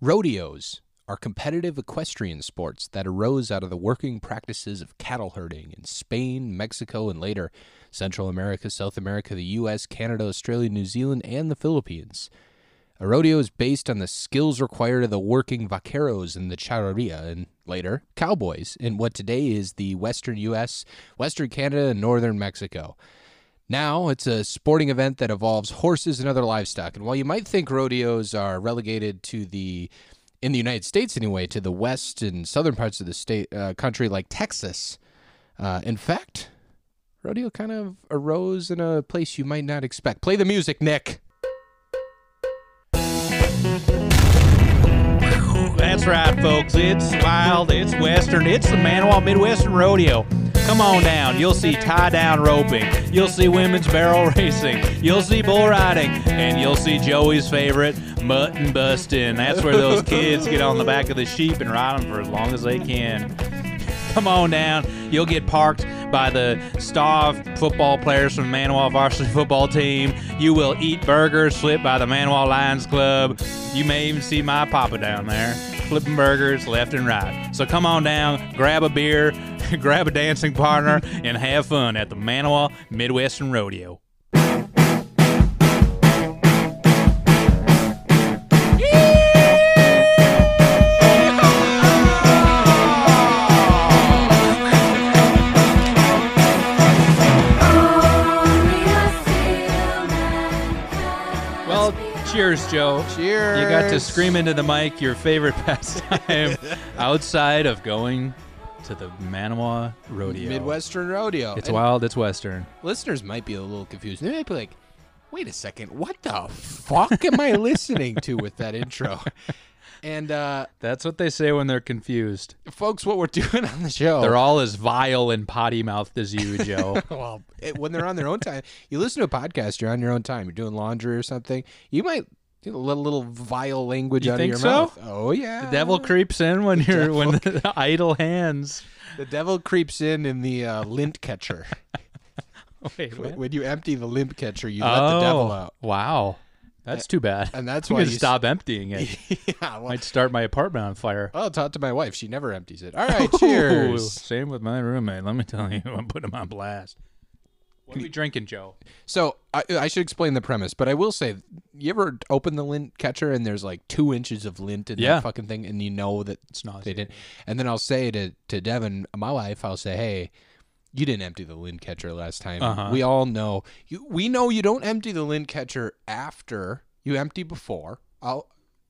Rodeos are competitive equestrian sports that arose out of the working practices of cattle herding in Spain, Mexico, and later Central America, South America, the US, Canada, Australia, New Zealand, and the Philippines. A rodeo is based on the skills required of the working vaqueros in the charreria and later cowboys in what today is the western US, western Canada, and northern Mexico. Now it's a sporting event that involves horses and other livestock. And while you might think rodeos are relegated to the in the United States anyway, to the west and southern parts of the state uh, country like Texas, uh, in fact, rodeo kind of arose in a place you might not expect. Play the music, Nick. That's right, folks. It's wild, it's western, it's the Manawa Midwestern Rodeo. Come on down. You'll see tie down roping, you'll see women's barrel racing, you'll see bull riding, and you'll see Joey's favorite, mutton busting. That's where those kids get on the back of the sheep and ride them for as long as they can. Come on down. You'll get parked by the star football players from the Manawa varsity football team. You will eat burgers flipped by the Manawa Lions Club. You may even see my papa down there flipping burgers left and right. So come on down, grab a beer, grab a dancing partner, and have fun at the Manawa Midwestern Rodeo. Well, cheers, Joe. Cheers. You got to scream into the mic your favorite pastime outside of going to the Manawa Rodeo. Midwestern rodeo. It's And wild, it's Western. Listeners might be a little confused. They might be like, "Wait a second, what the fuck am I listening to with that intro?" And uh, That's what they say when they're confused. folks, what we're doing on the show, They're all as vile and potty mouthed as you, Joe. well, it, when they're on their own time, you listen to a podcast, you're on your own time, you're doing laundry or something, you might get a little, little vile language You out think of your so? mouth. Oh yeah, the devil creeps in when you're when the idle hands. the devil creeps in in the uh, lint catcher. Wait, When- when you empty the lint catcher, you let the Oh. devil out, Wow. That's too bad. and that's I'm why going to you stop emptying it. yeah, well, Might start my apartment on fire. well, talk to my wife. She never empties it. All right, Ooh, cheers. same with my roommate. Let me tell you, I'm putting him on blast. What are we drinking, Joe? So I, I should explain the premise, but I will say, you ever open the lint catcher and there's like two inches of lint in Yeah. that fucking thing, and you know that It's not. They did. And then I'll say to, to Devin, my wife, I'll say, hey, you didn't empty the lint catcher last time. Uh-huh. We all know. You, we know you don't empty the lint catcher after you empty before. I'll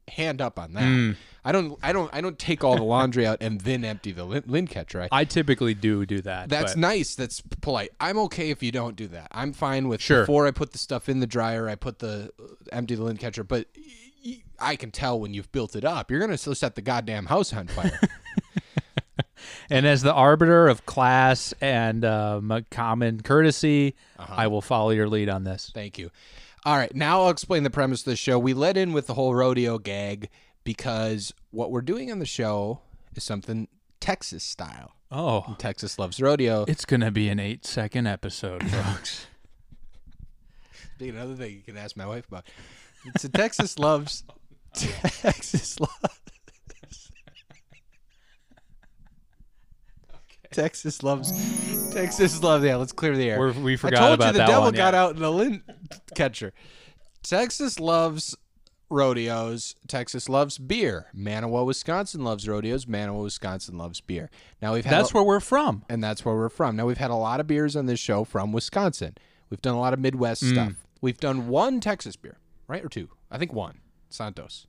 hand up on that. Hmm. I don't. I don't. I don't take all the laundry out and then empty the lint, lint catcher. I, I typically do do that. that's but nice. That's polite. I'm okay if you don't do that. I'm fine with Sure. before I put the stuff in the dryer, I put the uh, empty the lint catcher. But y- y- I can tell when you've built it up. You're gonna still set the goddamn house on fire. and as the arbiter of class and um, common courtesy, Uh-huh. I will follow your lead on this. Thank you. All right, now I'll explain the premise of the show. We let in with the whole rodeo gag because what we're doing on the show is something Texas style. Oh, Texas loves rodeo. it's gonna be an eight-second episode, folks. Being another thing you can ask my wife about. It's a Texas loves Texas loves Texas loves Texas loves. Yeah, let's clear the air. We're, we forgot I told about you the that devil one. got yeah. out in the lint catcher. Texas loves rodeos. Texas loves beer. Manawa, Wisconsin loves rodeos. Manawa, Wisconsin loves beer. Now we've had That's where we're from. and that's where we're from. Now we've had a lot of beers on this show from Wisconsin. We've done a lot of Midwest Mm. stuff. We've done one Texas beer, right or two? I think one. Santos.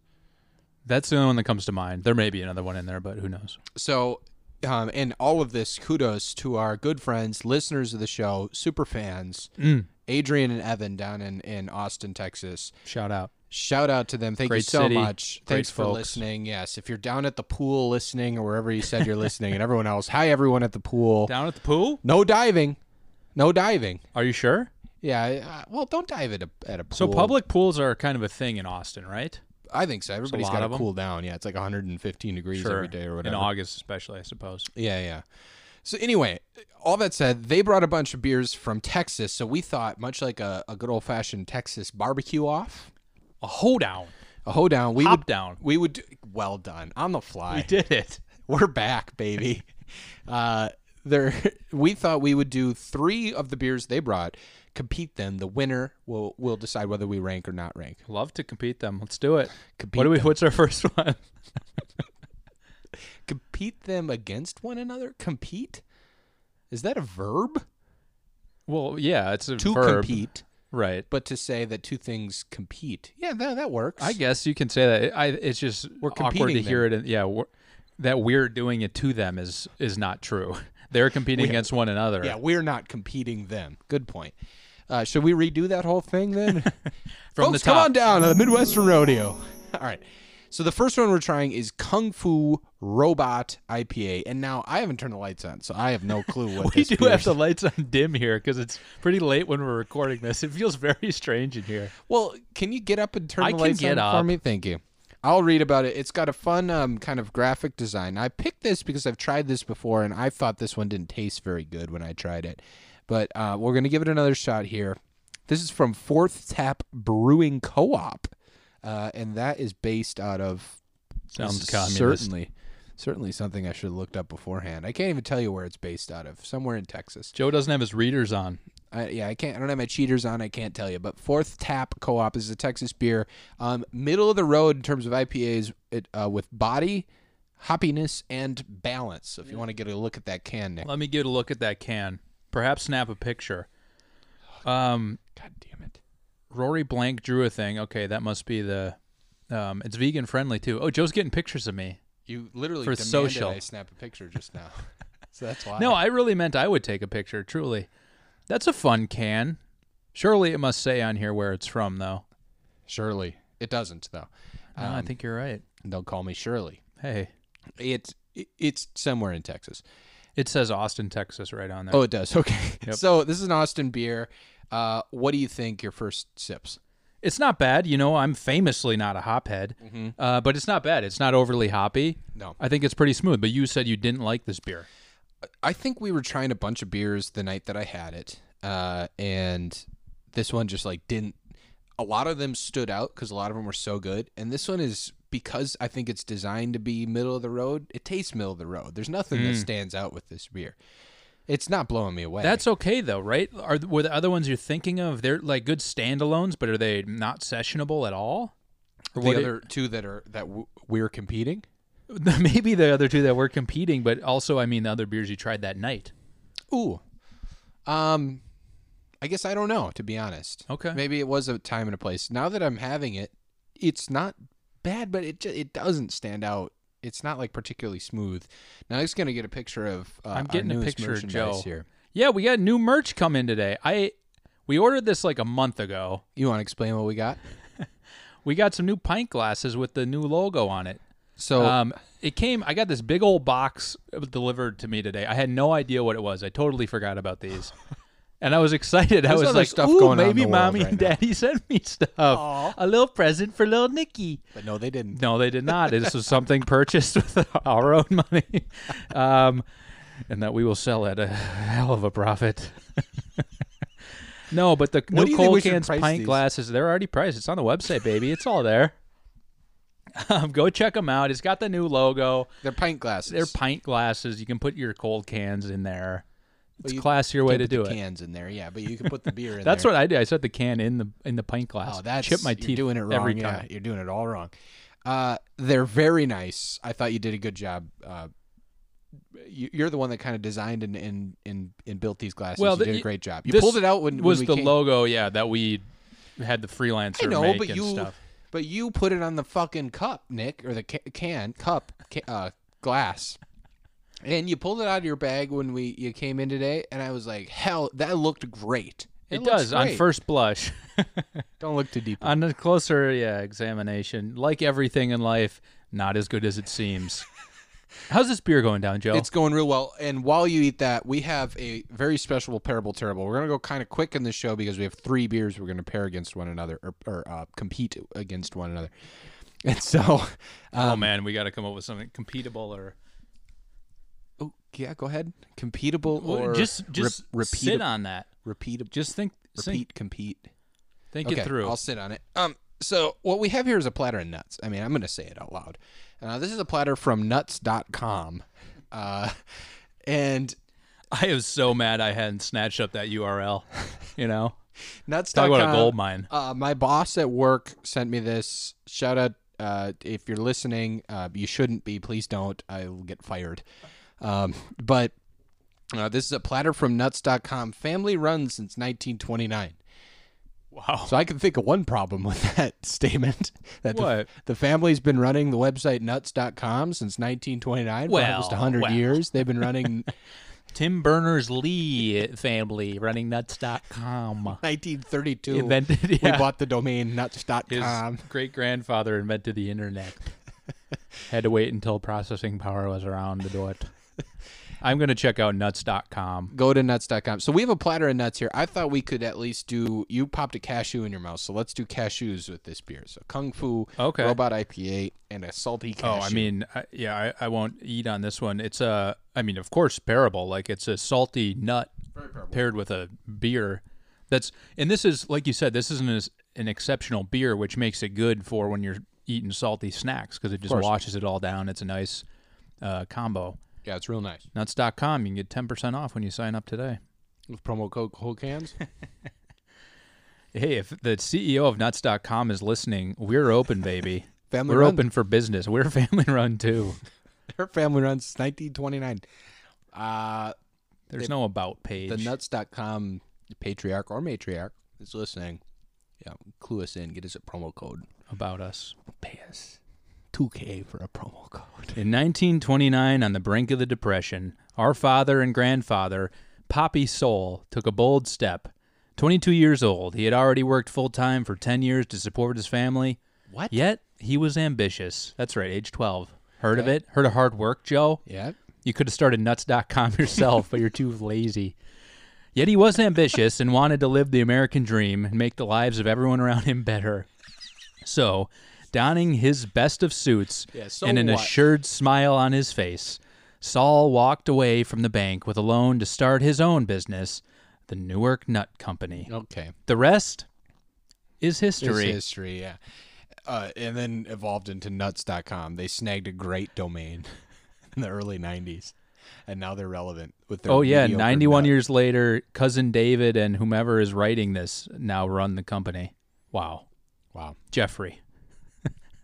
That's the only one that comes to mind. There may be another one in there, but who knows? So, um, and all of this kudos to our good friends, listeners of the show, super fans, Mm. Adrian and Evan down in, in Austin, Texas. Shout out. Shout out to them. Thank you Great so city, much. great Thanks for folks. listening. Yes, if you're down at the pool listening or wherever you said you're listening, and everyone else, hi everyone at the pool. Down at the pool? No diving. No diving. Are you sure? Yeah, uh, well, don't dive at a at a pool. So public pools are kind of a thing in Austin, right? I think so. Everybody's lot got of to 'em. cool down. Yeah, it's like 115 degrees every day or whatever. In August, especially, I suppose. Yeah, yeah. So anyway, all that said, they brought a bunch of beers from Texas, so we thought much like a, a good old fashioned Texas barbecue off. A hoedown. A hoedown. We Hop would down. we would do, well done on the fly. We did it. We're back, baby. uh, there, we thought we would do three of the beers they brought, compete them. The winner will will decide whether we rank or not rank. Love to compete them. Let's do it. Compete what do we? them. What's our first one? Compete them against one another. Compete. Is that a verb? Well, yeah, it's a To verb, compete, right? but to say that two things compete. Yeah, that that works. I guess you can say that. It- I, it's just We're awkward to competing hear it. And, yeah, we're, that we're doing it to them is is not true. They're competing against one another. Yeah, we're not competing them. Good point. Uh, should we redo that whole thing then? From Folks, the top. come on down to the Midwestern Rodeo. All right. So the first one we're trying is Kung Fu Robot IPA, and now I haven't turned the lights on, so I have no clue what we this do beer have is. the lights on dim here because it's pretty late when we're recording this. It feels very strange in here. Well, can you get up and turn I the can lights on get up. for me? Thank you. I'll read about it. It's got a fun um, kind of graphic design. I picked this because I've tried this before, and I thought this one didn't taste very good when I tried it. But uh, we're going to give it another shot here. This is from Fourth Tap Brewing Co-op, uh, and that is based out of Sounds this is communist. certainly certainly something I should have looked up beforehand. I can't even tell you where it's based out of. Somewhere in Texas. Joe doesn't have his readers on. I, yeah, I can't. I don't have my cheaters on. I can't tell you. But Fourth Tap Co-op is a Texas beer, um, middle of the road in terms of IPAs, it, uh, with body, hoppiness, and balance. So if you want to get a look at that can, Nick. Let me get a look at that can. Perhaps snap a picture. Um, God damn it! Rory Blank drew a thing. Okay, that must be the. Um, it's vegan friendly too. Oh, Joe's getting pictures of me. You literally For demanded social. I snap a picture just now. so that's why. No, I really meant I would take a picture. Truly, that's a fun can. Surely it must say on here where it's from, though. surely it doesn't though. No, I think you're right. They'll call me Shirley. Hey, It's it, it's somewhere in Texas. it says Austin, Texas, right on there. Oh, it does. Okay. So this is an Austin beer. Uh, what do you think your first sips? It's not bad. You know, I'm famously not a hophead, uh, but it's not bad. It's not overly hoppy. No. I think it's pretty smooth. But you said you didn't like this beer. I think we were trying a bunch of beers the night that I had it, uh, and this one just like didn't. A lot of them stood out because a lot of them were so good, and this one is because I think it's designed to be middle of the road. It tastes middle of the road. There's nothing Mm. that stands out with this beer. It's not blowing me away. That's okay though, right? Are were the other ones you're thinking of? They're like good standalones, but are they not sessionable at all? Or the what other two that are that w- we're competing. it- maybe the other two that were competing, but also I mean the other beers you tried that night. Ooh, um, I guess I don't know to be honest. Okay. maybe it was a time and a place. Now that I'm having it, it's not bad, but it just, it doesn't stand out. It's not like particularly smooth. Now I'm just gonna get a picture of. Uh, I'm our getting a newest picture of merchandise Joe. here. Yeah, we got new merch come in today. I we ordered this like a month ago. You want to explain what we got? We got some new pint glasses with the new logo on it. So Um, it came. I got this big old box delivered to me today. I had no idea what it was. I totally forgot about these, and I was excited. I There's was other like, stuff "Ooh, going on in maybe the world mommy right and now." daddy sent me stuff. A little present for little Nikki." but no, they didn't. No, they did not. This was something purchased with our own money, um, and that we will sell at a hell of a profit. no, but the do new you think cold we should cans, price pint these? glasses—they're already priced. It's on the website, baby. It's all there. Um, go check them out. It's got the new logo. They're pint glasses. They're pint glasses. You can put your cold cans in there. It's you a classier way Can't to put do the it. Cans in there, yeah, but you can put the beer in. That's there. what I do. I set the can in the in the pint glass. Oh, that's chip my you're teeth doing it wrong. every yeah, time. you're doing it all wrong. Uh, they're very nice. I thought you did a good job. Uh, you- you're the one that kind of designed and and, and, and built these glasses. Well, you the- did a y- great job. You this pulled it out when when was we the came. logo, yeah, that we had the freelancer I know, make but and you stuff. but you put it on the fucking cup, Nick, or the ca- can cup ca- uh, glass. And you pulled it out of your bag when we you came in today, and I was like, "Hell, that looked great." It, looks does on great. first blush. Don't look too deep. on a closer yeah, examination, like everything in life, not as good as it seems. How's this beer going down, Joe? It's going real well. And while you eat that, we have a very special Parable Terrible. We're going to go kind of quick in this show because we have three beers we're going to pair against one another or, or uh, compete against one another. And so, uh, oh man, we got to come up with something competable or, oh, yeah, go ahead. Competable or just just re- sit repeatable. on that. Repeatable. Just think, think, Repeat, compete. think Okay, it through. I'll sit on it. Um, So what we have here is a platter of nuts. I mean, I'm going to say it out loud. Uh, this is a platter from nuts.com. Uh, and I was so mad I hadn't snatched up that URL. You know, nuts.com. talk about a gold mine. Uh, my boss at work sent me this. Shout out uh, if you're listening. Uh, you shouldn't be. Please don't. I will get fired. Um, but uh, this is a platter from nuts.com, family run since 1929. Wow. So I can think of one problem with that statement. That the- What? The, family's been running the website nuts.com since 1929 for Well, almost 100 well. years. They've been running Tim Berners Lee family running nuts.com 1932. invented We yeah. bought the domain nuts.com. his great grandfather invented the internet. Had to wait until processing power was around to do it. I'm gonna check out nuts.com. go to nuts.com. So we have a platter of nuts here. I thought we could at least do you popped a cashew in your mouth, so let's do cashews with this beer. So Kung Fu, Okay. Robot IPA, and a salty cashew. Oh, I mean, I, yeah, I, I won't eat on this one. It's a, I mean, of course, parable. Like it's a salty nut paired with a beer. That's and this is like you said, this isn't as- an exceptional beer, which makes it good for when you're eating salty snacks because it just washes it all down. It's a nice uh, combo. yeah, it's real nice. Nuts.com. You can get ten percent off when you sign up today. With promo code whole cans. Hey, if the CEO of Nuts.com is listening, we're open, baby. Family we're run. open for business. We're family run too. Her family runs since 1929. Uh, There's no about page. the nuts.com patriarch or matriarch is listening. Yeah, clue us in. Get us a promo code. about us. Pay us 2K for a promo code. In 1929, on the brink of the Depression, our father and grandfather, Poppy Soul, took a bold step. 22 years old, he had already worked full time for 10 years to support his family. What? Yet, he was ambitious. That's right, age 12. Heard of it? Heard of hard work, Joe? Yeah. You could have started nuts.com yourself, but you're too lazy. Yet he was ambitious and wanted to live the American dream and make the lives of everyone around him better. So, donning his best of suits Yeah, so and an what? assured smile on his face, Saul walked away from the bank with a loan to start his own business, the Newark Nut Company. Okay. The rest is It's history. history, yeah. Uh, and then evolved into nuts.com. They snagged a great domain in the early 90s. And now they're relevant with their Oh yeah, mediocre 91 nut. years later, cousin David and whomever is writing this now run the company. Wow. Wow. Jeffrey.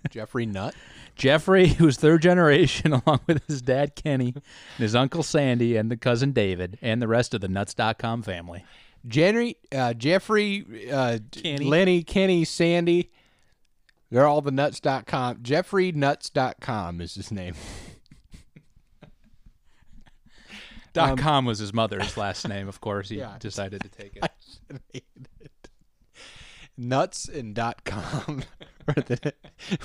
Jeffrey Nutt. Jeffrey, who's third generation, along with his dad Kenny and his uncle Sandy and the cousin David and the rest of the Nuts.com family. Jenny, uh, Jeffrey, uh, Kenny. Lenny, Kenny, Sandy. They're all the nuts.com. JeffreyNuts.com is his name. Dot .com was his mother's last name, of course. He Yeah. decided to take it. Nuts and dot com were, the,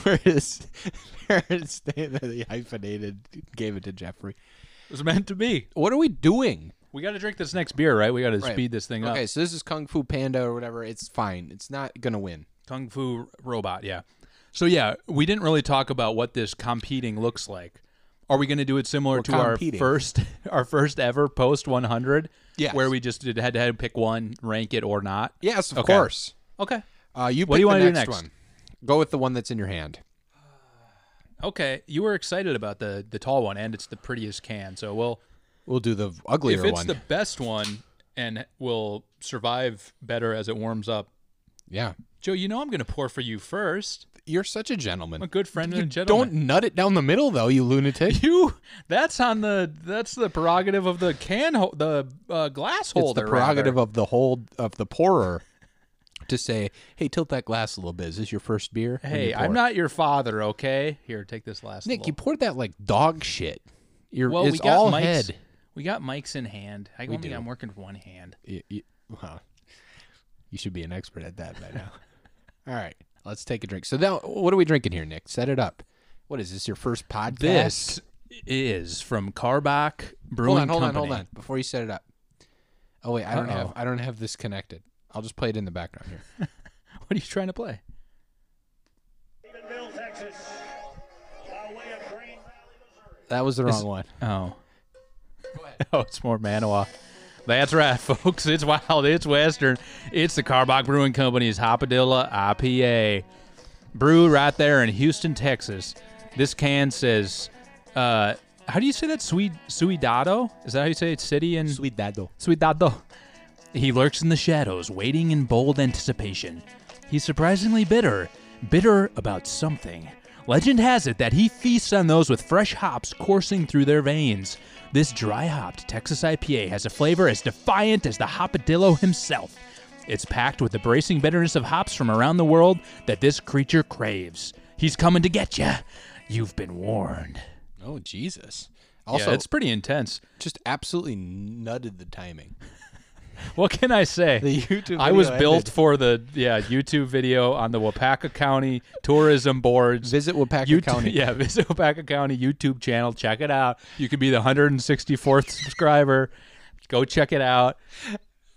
were his parents. They, they hyphenated, gave it to Jeffrey. It was meant to be. What are we doing? We got to drink this next beer, right? We got to Right. speed this thing Okay, up. so this is Kung Fu Panda or whatever. It's fine. It's not gonna win. Kung Fu Robot, yeah. So, yeah, we didn't really talk about what this competing looks like. Are we going to do it similar to competing. our first our first ever post 100? Yes. Where we just did head to head pick one, rank it or not? Yes, of Okay. course. Okay. Uh, you What pick do you wanna the do next, next? one. Go with the one that's in your hand. Okay, you were excited about the the tall one, and it's the prettiest can. So we'll We'll do the uglier if it's one. the best one, and will survive better as it warms up. yeah, Joe, you know I'm going to pour for you first. you're such a gentleman. A good friend and a gentleman. Don't nut it down the middle, though, you lunatic. you? That's on the that's the prerogative of the can ho- the uh, glass it's holder. the prerogative of the whole of the pourer to say, "Hey, tilt that glass a little bit. Is this your first beer?" When Hey, you I'm pour. not your father, okay? Here, take this last. Nick, you little. poured that like dog shit. You're well, it's we got all Mike's, head. We got Mike's in hand. I only do. I'm working with one hand. You, you, wow. you should be an expert at that by now. all right, let's take a drink. So now, what are we drinking here, Nick? Set it up. What is this? Your first podcast? This is from Carbach Brewing Hold on, hold on, Company. hold on. Before you set it up. Oh wait, I don't have Uh-oh. I don't have this connected. I'll just play it in the background here. What are you trying to play? Stephenville, Texas, by way of Green Valley, Missouri. That was the wrong one. Oh. Oh, it's more Manawa. That's right, folks. It's wild. It's Western. It's the Carbach Brewing Company's Hopadilla IPA. brewed right there in Houston, Texas. This can says, uh, how do you say that? Sui Suidado? Is that how you say it? City and Sweet dado. Suidado. He lurks in the shadows, waiting in bold anticipation. He's surprisingly bitter, bitter about something. Legend has it that he feasts on those with fresh hops coursing through their veins. This dry hopped Texas IPA has a flavor as defiant as the hopadillo himself. It's packed with the bracing bitterness of hops from around the world that this creature craves. He's coming to get you. You've been warned. Oh Jesus! Also, yeah, it's it's pretty intense. just absolutely nutted the timing. What can I say? The YouTube I was video built ended. for the yeah YouTube video on the Wapaka County Tourism Board's Visit Wapaka YouTube- County. Yeah, visit Wapaka County YouTube channel. Check it out. You could be the 164th subscriber. Go check it out.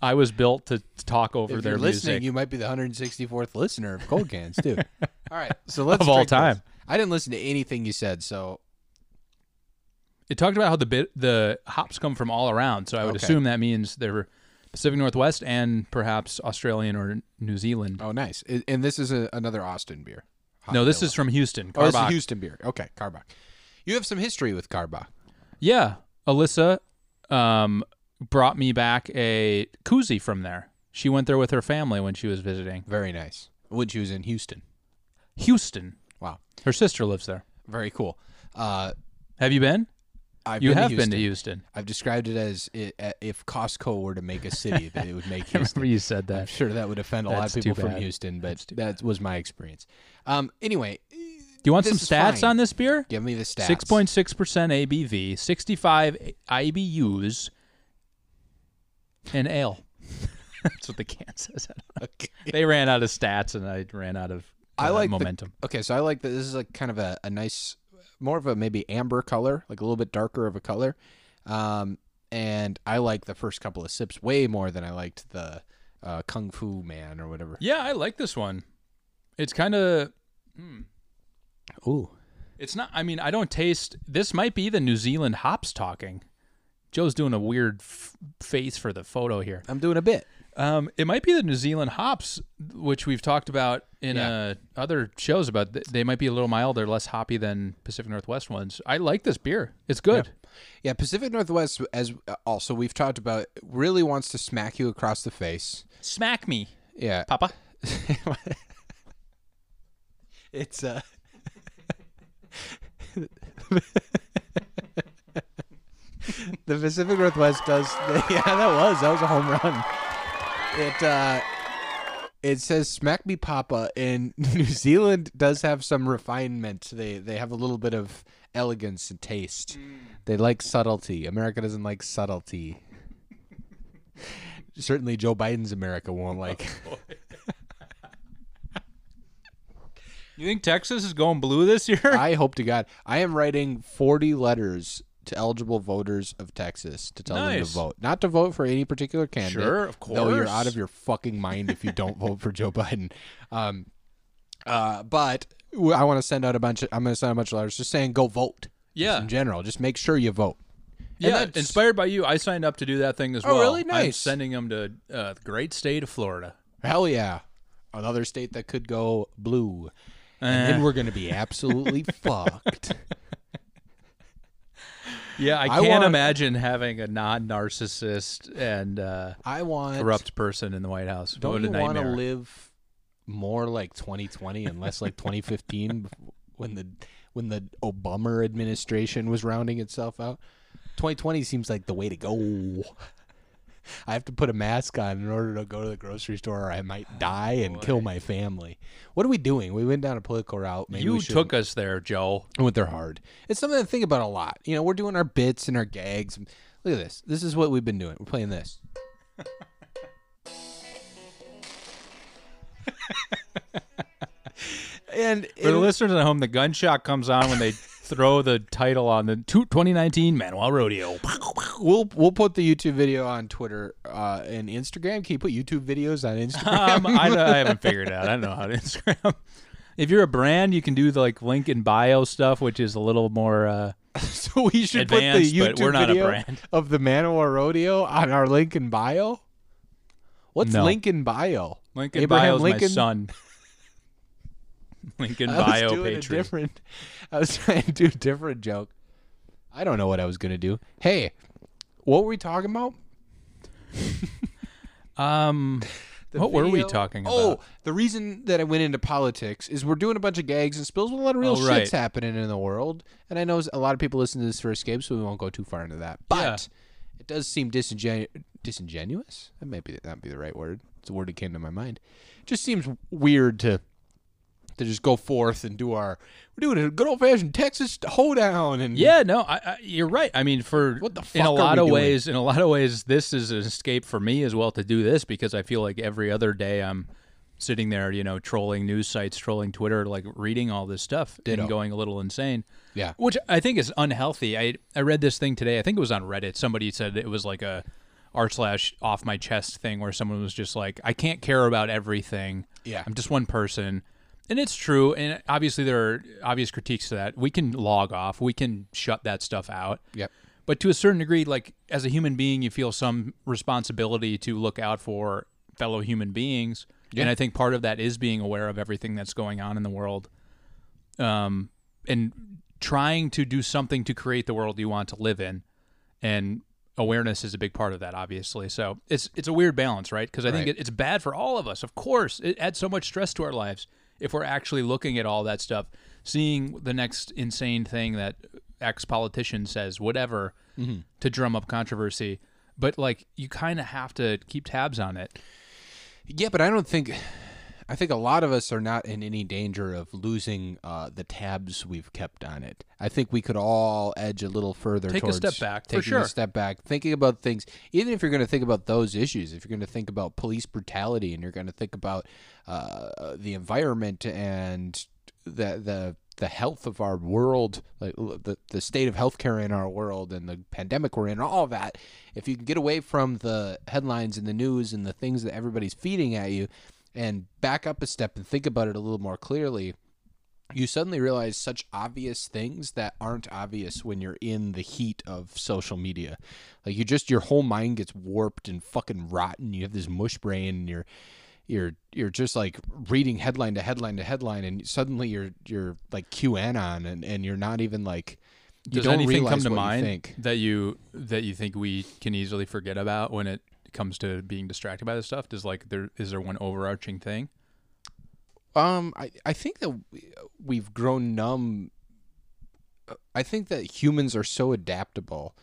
I was built to talk over If their you're listening, music. you might be the 164th listener of Cold Cans too. all right, so let's Of all drink this. time. I didn't listen to anything you said, so it talked about how the bit the hops come from all around, so I would Okay. assume that means they're Pacific Northwest and perhaps Australian or New Zealand. oh nice. I- And this is a, another Austin beer. Hot no, this Villa. is from Houston. oh, this is Carbach. Houston beer. Okay, Carbach. You have some history with Carbach. Yeah, Alyssa um, brought me back a koozie from there. She went there with her family when she was visiting Very nice. When she was in Houston. Houston. Wow, Her sister lives there. very cool. Uh, Have you been? I've you been have to been to Houston. Houston. I've described it as i- a- if Costco were to make a city, that it would make I remember Houston. you said I'm that. sure that would offend a lot That's of too people from bad. Houston, but that was my experience. Um, anyway, Do you want this some is stats fine. on this beer? give me the stats. Six point six percent ABV, sixty-five IBUs, and ale. That's what the can says. Okay. They ran out of stats, and I ran out of uh, I like the- momentum. Okay, so I like that. This is like kind of a, a nice, more of a maybe amber color, like a little bit darker of a color. Um, and I like the first couple of sips way more than I liked the uh, Kung Fu Man or whatever. Yeah, I like this one. It's kind of Ooh, It's not. I mean, I don't taste. This might be the New Zealand hops talking. Joe's doing a weird f- face for the photo here. I'm doing a bit. Um, it might be the New Zealand hops, which we've talked about in uh, other shows about. Th- they might be a little milder, less hoppy than Pacific Northwest ones. I like this beer. It's good. Yeah, Pacific Northwest, as also we've talked about, really wants to smack you across the face. Smack me, Yeah, Papa. it's uh, the Pacific Northwest does. yeah, that was that was a home run. It uh, it says "smack me, Papa," and New Zealand does have some refinement. They they have a little bit of elegance and taste. They like subtlety. America doesn't like subtlety. Certainly, Joe Biden's America won't like. You think Texas is going blue this year? I hope to God. I am writing 40 letters to eligible voters of Texas to tell them Nice. to vote. Not to vote for any particular candidate. Sure, of Though you're course. out of your fucking mind if you don't vote for Joe Biden. Um, uh, but w- I want to send out a bunch. Of, I'm going to send a bunch of letters just saying go vote. Just Yeah. in general, just make sure you vote. yeah, that's- inspired by you, I signed up to do that thing as Oh, well. really? I'm Nice. sending them to uh, the great state of Florida. Hell yeah. Another state that could go blue. And Eh. then we're going to be absolutely fucked. Yeah, I I can't want- imagine having a non-narcissist and uh, I want. corrupt person in the White House. Don't what a you want to nightmare! live more like 2020 and less like 2015 bef- when the when the Obama administration was rounding itself out? 2020 seems like the way to go. I have to put a mask on in order to go to the grocery store, or I might die and kill my family. What are we doing? We went down a political route. Maybe you we should took us there, Joe. with their hard. It's something to think about a lot. You know, we're doing our bits and our gags. Look at this. This is what we've been doing. We're playing this. and For the it- listeners at home, the gunshot comes on when they throw the title on the two- 2019 Manuel Rodeo. we'll we'll put the YouTube video on Twitter uh, and Instagram. Can you put YouTube videos on Instagram? Um, I, don't- I haven't figured it out. I don't know how to Instagram. If you're a brand, you can do the like link in bio stuff, which is a little more. Uh, so we should put Advanced, the YouTube but we're not a video brand. of the Manowar Rodeo on our Lincoln bio. What's No. Lincoln bio? Lincoln Abraham Bio's my Lincoln son. Lincoln I was bio doing a patron. different. I was trying to do a different joke. I don't know what I was gonna do. Hey, what were we talking about? Um, The what were we video- talking Oh, about? the reason that I went into politics is we're doing a bunch of gags and spills. With a lot of real Oh, right. shits happening in the world, and I know a lot of people listen to this for escape, so we won't go too far into that. But it does seem disingenu- disingenuous. That might be that be the right word. It's a word that came to my mind. It just seems weird to to just go forth and do our we're doing a good old fashioned Texas hoedown and Yeah, no, I, I, you're right. I mean, for What the in fuck a are lot we of doing? ways, in a lot of ways, this is an escape for me as well to do this because I feel like every other day I'm sitting there, you know, trolling news sites, trolling Twitter, like reading all this stuff Ditto. and going a little insane. yeah. which I think is unhealthy. I I read this thing today. I think it was on Reddit. Somebody said it was like a r slash off my chest thing where someone was just like, I can't care about everything. Yeah. I'm just one person. And it's true. And obviously there are obvious critiques to that. We can log off. We can shut that stuff out. Yep. But to a certain degree, like as a human being, you feel some responsibility to look out for fellow human beings. And I think part of that is being aware of everything that's going on in the world um, and trying to do something to create the world you want to live in. And awareness is a big part of that, obviously. So it's it's a weird balance, right? Because I think Right. it, it's bad for all of us. Of course, it adds so much stress to our lives if we're actually looking at all that stuff, seeing the next insane thing that ex politician says, whatever, Mm-hmm. to drum up controversy. But like, you kind of have to keep tabs on it. Yeah, but I don't think. I think a lot of us are not in any danger of losing uh, the tabs we've kept on it. I think we could all edge a little further. Take a towards step back, for Taking sure. a step back, thinking about things. Even if you're going to think about those issues, if you're going to think about police brutality, and you're going to think about uh, the environment and the the the health of our world, like l- the the state of healthcare in our world, and the pandemic we're in, all that. If you can get away from the headlines and the news and the things that everybody's feeding at you, and back up a step and think about it a little more clearly, you suddenly realize such obvious things that aren't obvious when you're in the heat of social media. Like you just your whole mind gets warped and fucking rotten. You have this mush brain and you're you're you're just like reading headline to headline to headline and suddenly you're you're like QAnon and, and you're not even like you Does don't anything realize come to what you mind think. that you that you think we can easily forget about when it comes to being distracted by this stuff? Does like there is there one overarching thing? Um, I, I think that we- we've grown numb. uh, I think that humans are so adaptable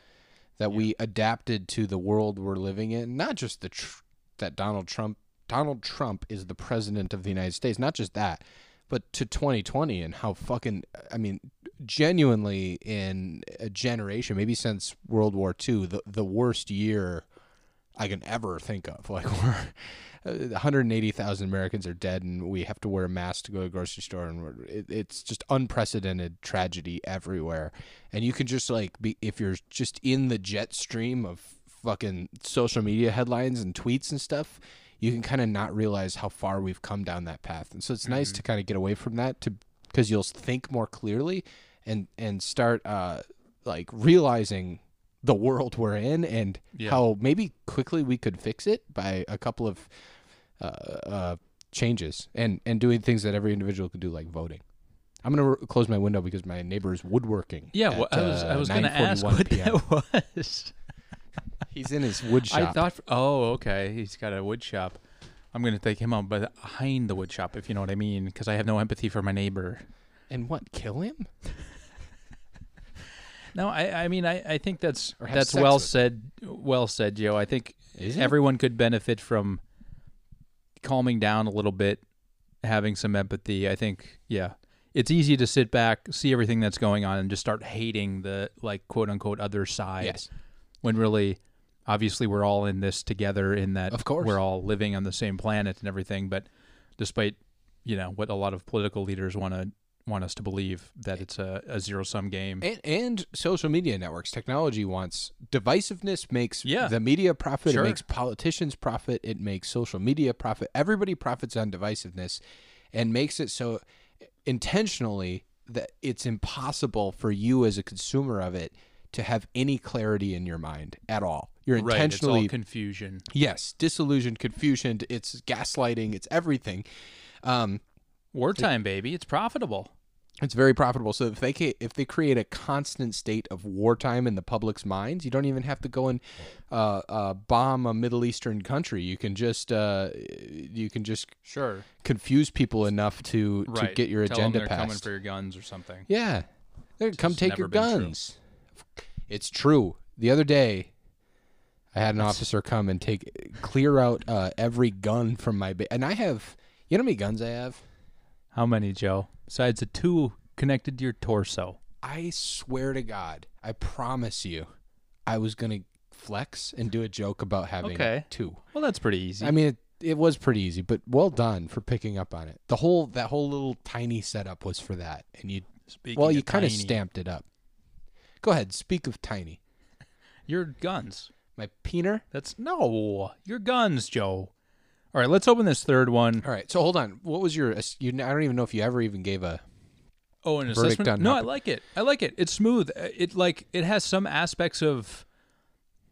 that we adapted to the world we're living in. Not just the tr- that Donald Trump Donald Trump is the president of the United States. Not just that, but to 2020 and how fucking I mean, genuinely in a generation, maybe since World War II, the the worst year I can ever think of. Like we're uh, 180,000 Americans are dead, and we have to wear a mask to go to the grocery store, and we're, it, it's just unprecedented tragedy everywhere. And you can just like be if you're just in the jet stream of fucking social media headlines and tweets and stuff. You can kind of not realize how far we've come down that path, and so it's nice to kind of get away from that to because you'll think more clearly and and start uh, like realizing the world we're in and Yeah. how Oh, maybe quickly we could fix it by a couple of uh, uh, changes and and doing things that every individual could do like voting. I'm gonna re- close my window because my neighbor is woodworking. Yeah, at, well, I was I uh, was going to ask 9:41 what PM. that was. He's in his wood shop. I thought. Oh, okay. He's got a wood shop. I'm going to take him out behind the wood shop, if you know what I mean, because I have no empathy for my neighbor. and what? Kill him? No, I, I mean, I, I think that's Or have that's sex well with. said, well said, Joe. I think Is it? everyone could benefit from calming down a little bit, having some empathy. I think, yeah, it's easy to sit back, see everything that's going on, and just start hating the like quote unquote other side. Yes. When really, obviously, we're all in this together. In that, Of course. we're all living on the same planet and everything. But despite you know what a lot of political leaders want to want us to believe that it's a, a zero sum game. And, and social media networks, technology wants divisiveness makes Yeah. the media profit. Sure. It makes politicians profit. It makes social media profit. Everybody profits on divisiveness, and makes it so intentionally that it's impossible for you as a consumer of it to have any clarity in your mind at all. You're Right, it's all intentionally confusion. yes disillusioned, confusioned. It's gaslighting. It's everything. Um, Wartime, baby. It's profitable. It's very profitable. So if they ca- if they create a constant state of wartime in the public's minds, you don't even have to go and uh, uh, bomb a Middle Eastern country. You can just uh, you can just Sure. confuse people enough to Right. to get your Tell agenda them they're coming passed. for your guns or something. yeah, They're- come take never your been true. guns. It's true. The other day, I had an officer come and take clear out uh, every gun from my ba- and I have you know how many guns I have. How many, Joe? Besides the two connected to your torso. I swear to God, I promise you, I was gonna flex and do a joke about having Okay. two. Well, that's pretty easy. I mean, it, it was pretty easy, but well done for picking up on it. The whole that whole little tiny setup was for that, and you Speaking well, you kind of tiny, stamped it up. Go ahead, speak of tiny. Your guns. My peener. That's no. Your guns, Joe. All right, let's open this third one. All right, so hold on. What was your? You, I don't even know if you ever even gave a. Oh, an Verdict assessment. on No, Hopper. I like it. I like it. It's smooth. Uh, It like it has some aspects of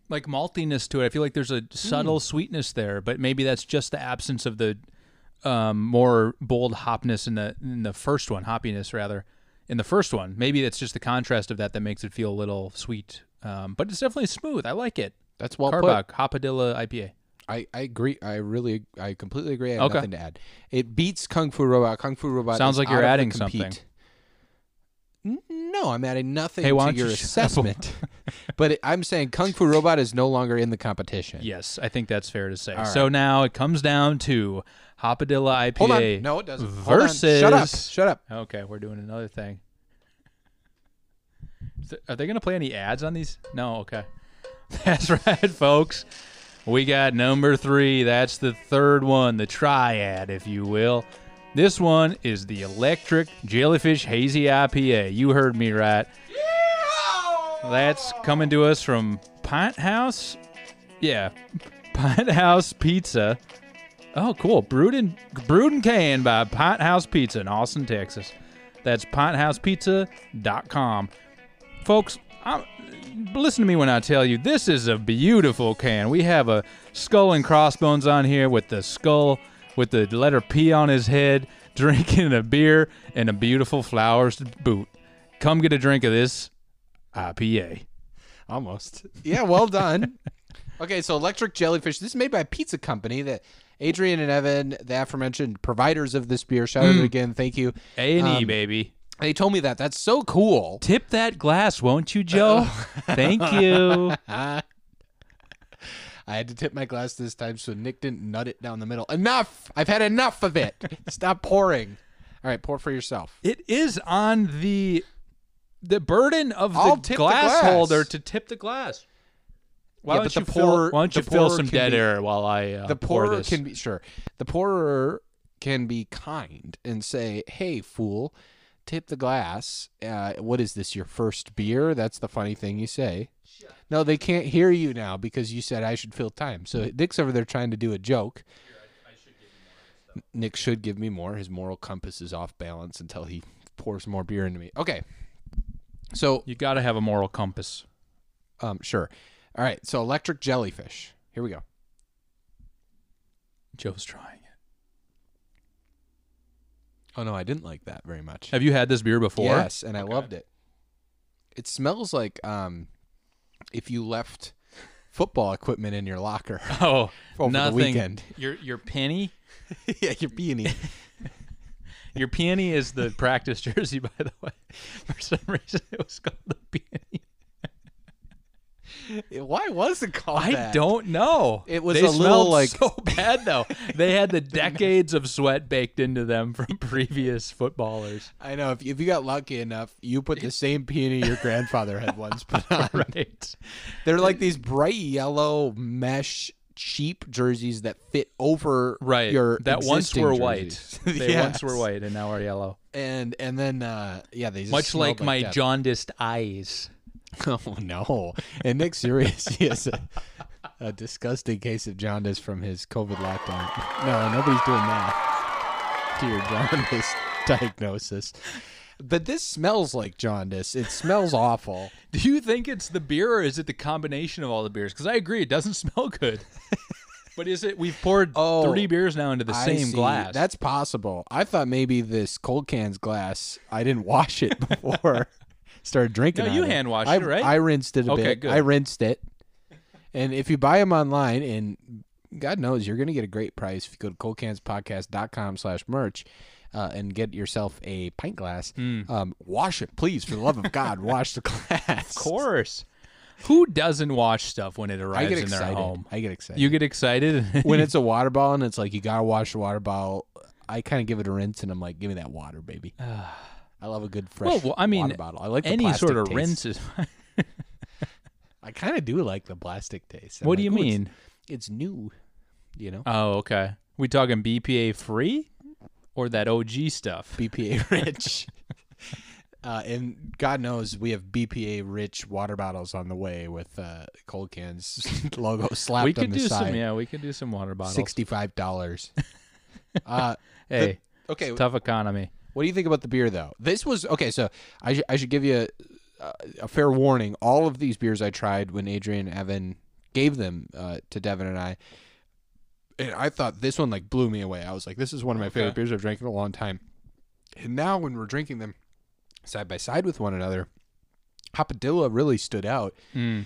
like maltiness to it. I feel like there's Hmm. a subtle sweetness there, but maybe that's just the absence of the um, more bold hopness in the in the first one, hoppiness rather, in the first one. Maybe that's just the contrast of that that makes it feel a little sweet. Um, but it's definitely smooth. I like it. That's well put. Carbach Hopadilla IPA. I, I agree. I really, I completely agree. I have Okay. nothing to add. It beats Kung Fu Robot. Kung Fu Robot Sounds is like you're out of the adding compete. something. N- No, I'm adding nothing Hey, why to don't you your shut up? assessment. but it, I'm saying Kung Fu Robot is no longer in the competition. Yes, I think that's fair to say. So now it comes down to Hopadilla IPA. Hold on. No, it doesn't. Hold on. Versus. Shut up. Shut up. Okay, we're doing another thing. Is th- Are they going to play any ads on these? No, okay. That's right, folks. We got number three. That's the third one, the triad, if you will. This one is the Electric Jellyfish Hazy IPA. You heard me right. That's coming to us from Pint House. Yeah, Pint House Pizza. Oh, cool. Brewed and, brewed and canned by Pint House Pizza in Austin, Texas. That's pinthousepizza.com. Folks, i listen to me when I tell you this is a beautiful can. We have a skull and crossbones on here with the skull with the letter P on his head, drinking a beer and a beautiful flowers to boot. Come get a drink of this IPA. Almost. Yeah, well done. okay, so Electric Jellyfish. This is made by a pizza company that Adrian and Evan, the aforementioned providers of this beer, shout Mm. out again. Thank you. A and E, Um, baby. They told me that. That's so cool. Tip that glass, won't you, Joe? Thank you. I had to tip my glass this time so Nick didn't nut it down the middle. Enough! I've had enough of it. Stop pouring. All right, pour for yourself. It is on the the burden of I'll the tip the glass, glass. holder to tip the glass. Why Yeah, don't but the you fill- pourer- why don't you the fill pourer some can dead be- air while I uh, The pour pourer this? can be sure. The pourer can be kind and say, "Hey, fool, tip the glass. Uh, what is this? Your first beer? That's the funny thing you say." No, they can't hear you now because you said I should fill time. So Nick's over there trying to do a joke. Nick should give me more. His moral compass is off balance until he pours more beer into me. Okay. So you got to have a moral compass. Um, sure. All right. So electric jellyfish. Here we go. Joe's trying it. Oh no, I didn't like that very much. Have you had this beer before? Yes, and I loved it. It smells like um, if you left football equipment in your locker. Oh, Over the nothing. weekend. Your your penny, yeah, your beanie. your peony is the practice jersey, by the way. For some reason, it was called the peony. Why was it called I that? don't know. It was They a little, smelled like- so bad though. They had the decades of sweat baked into them from previous footballers. I know. If you, if you got lucky enough, you put the same peony your grandfather had once put on. Right. They're like these bright yellow mesh cheap jerseys that fit over Right. your that once existing were jerseys. white. They once were Yes. white and now are yellow. and and then uh yeah they just Much smelled like my death. jaundiced eyes. oh no and Nick's serious he has a, a disgusting case of jaundice from his covid lockdown no nobody's doing that to your jaundice diagnosis but this smells like jaundice it smells awful Do you think it's the beer or is it the combination of all the beers? Because I agree, it doesn't smell good. But is it? We've poured Oh, three beers now into the I same see. glass. That's possible. I thought maybe this cold cans glass. I didn't wash it before started drinking. No, out you of it. hand washed I, it, right? I rinsed it a Okay, bit. good. I rinsed it. And if you buy them online, and God knows you're going to get a great price if you go to coldcanspodcast.com slash merch. Uh, and get yourself a pint glass. Mm. Um, wash it, please, for the love of God. wash the glass. of course. Who doesn't wash stuff when it I arrives get in their excited. home? I get excited. You get excited when it's a water bottle and it's like you gotta wash the water bottle, I kind of give it a rinse and I'm like, give me that water, baby. I love a good Well, fresh well, I mean, water bottle. I like the any plastic sort of taste. rinse is. I kind of do like the plastic taste. I'm what do you like, "Ooh, it's- mean? It's, new, you know, Oh, okay. We talking BPA free or that OG stuff? BPA rich. Uh, and God knows we have BPA rich water bottles on the way with uh, cold cans logo slapped we could on the do side. some. Yeah, we could do some water bottles. Sixty-five dollars. uh, hey, okay, it's tough economy. What do you think about the beer, though? This was okay. So I, sh- I should give you a, a fair warning. All of these beers I tried when Adrian and Evan gave them uh, to Devin and I, and I thought this one like blew me away. I was like, this is one of my favorite beers I've drank in a long time. And now when we're drinking them side by side with one another, Hopadilla really stood out. Mm.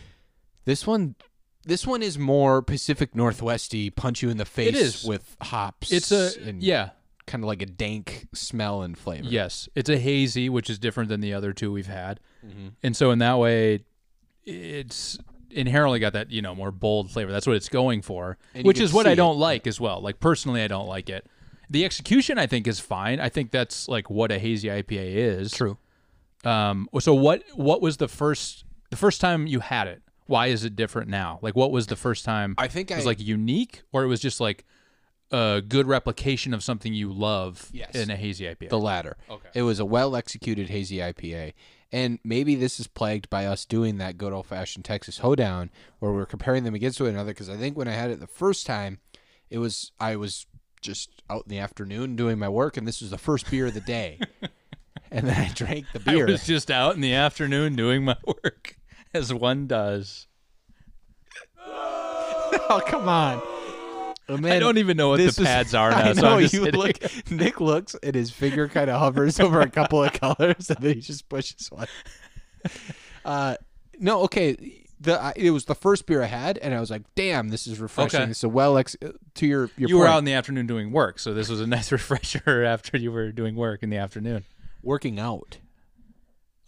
This one. This one is more Pacific Northwesty, punch you in the face is. with hops. It's a and yeah, kind of like a dank smell and flavor. yes. It's a hazy, which is different than the other two we've had, Mm-hmm. and so in that way, it's inherently got that you know more bold flavor. That's what it's going for, And you which can is what I see don't like as well. Like personally, I don't like it. The execution I think is fine. I think that's like what a hazy IPA is. True. Um, so what what was the first the first time you had it? Why is it different now? Like what was the first time? I think it I- was like unique, or it was just like a good replication of something you love Yes. in a hazy IPA. The latter. Okay. It was a well executed hazy IPA. And maybe this is plagued by us doing that good old fashioned Texas hoedown where we're comparing them against one another. Because I think when I had it the first time, it was I was just out in the afternoon doing my work, and this was the first beer of the day. and then I drank the I beer. was just out in the afternoon doing my work, as one does. oh come on! And I then- don't even know what this the is- pads are now. I so know I'm just you kidding. look. Nick looks, and his finger kind of hovers over a couple of colors, and then he just pushes one. Uh, no, okay. The I, it was the first beer I had, and I was like, "Damn, this is refreshing." Okay. It's a well ex- to your your You were point, out in the afternoon doing work, so this was a nice refresher after you were doing work in the afternoon. working out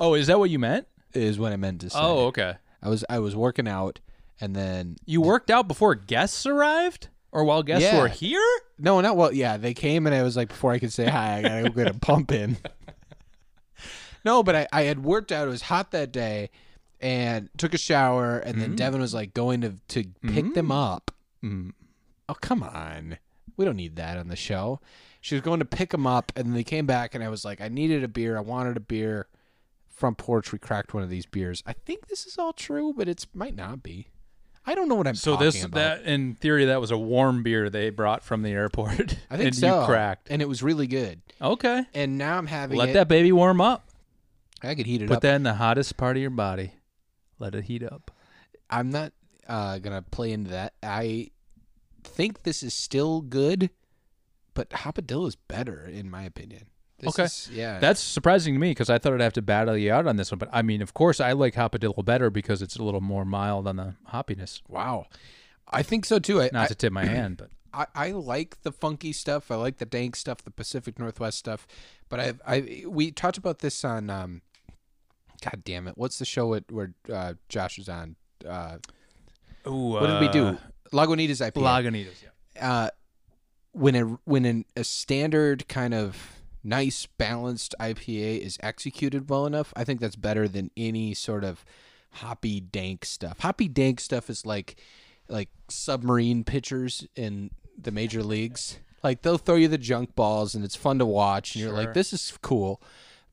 Oh, is that what you meant? is what I meant to say. Oh, okay. I was I was working out, and then You worked out before guests arrived, or while guests Yeah. were here? no, not well. Yeah, they came, and I was like, before I could say hi, I gotta go get a pump in. No, but I, I had worked out. It was hot that day, and took a shower. And Mm. then Devin was like going to to pick them up. Oh come on, we don't need that on the show. She was going to pick them up, and they came back, and I was like, I needed a beer. I wanted a beer. Front porch, we cracked one of these beers. I think this is all true, but it's might not be. I don't know what I'm So talking this about. that in theory that was a warm beer they brought from the airport. I think and so. you cracked. and it was really good. Okay. And now I'm having Let it. that baby warm up. I could heat it Put up. that in the hottest part of your body. Let it heat up. I'm not uh, gonna play into that. I think this is still good, but Hopadilla is better in my opinion. This Okay. is- yeah. That's surprising to me because I thought I'd have to battle you out on this one. But I mean, of course, I like Hopadillo better because it's a little more mild on the hoppiness. wow. I think so too. I, Not to tip my hand, but I, I like the funky stuff. I like the dank stuff, the Pacific Northwest stuff. But I I we talked about this on um, God damn it, what's the show at, where uh, Josh is on? Uh, Ooh, what did we do? Lagunitas IPA. Uh, Lagunitas. Yeah. uh, when a when an, a standard kind of nice balanced IPA is executed well enough, I think that's better than any sort of hoppy dank stuff. Hoppy dank stuff is like like submarine pitchers in the major leagues. Like they'll throw you the junk balls and it's fun to watch and you're like Sure. this is cool,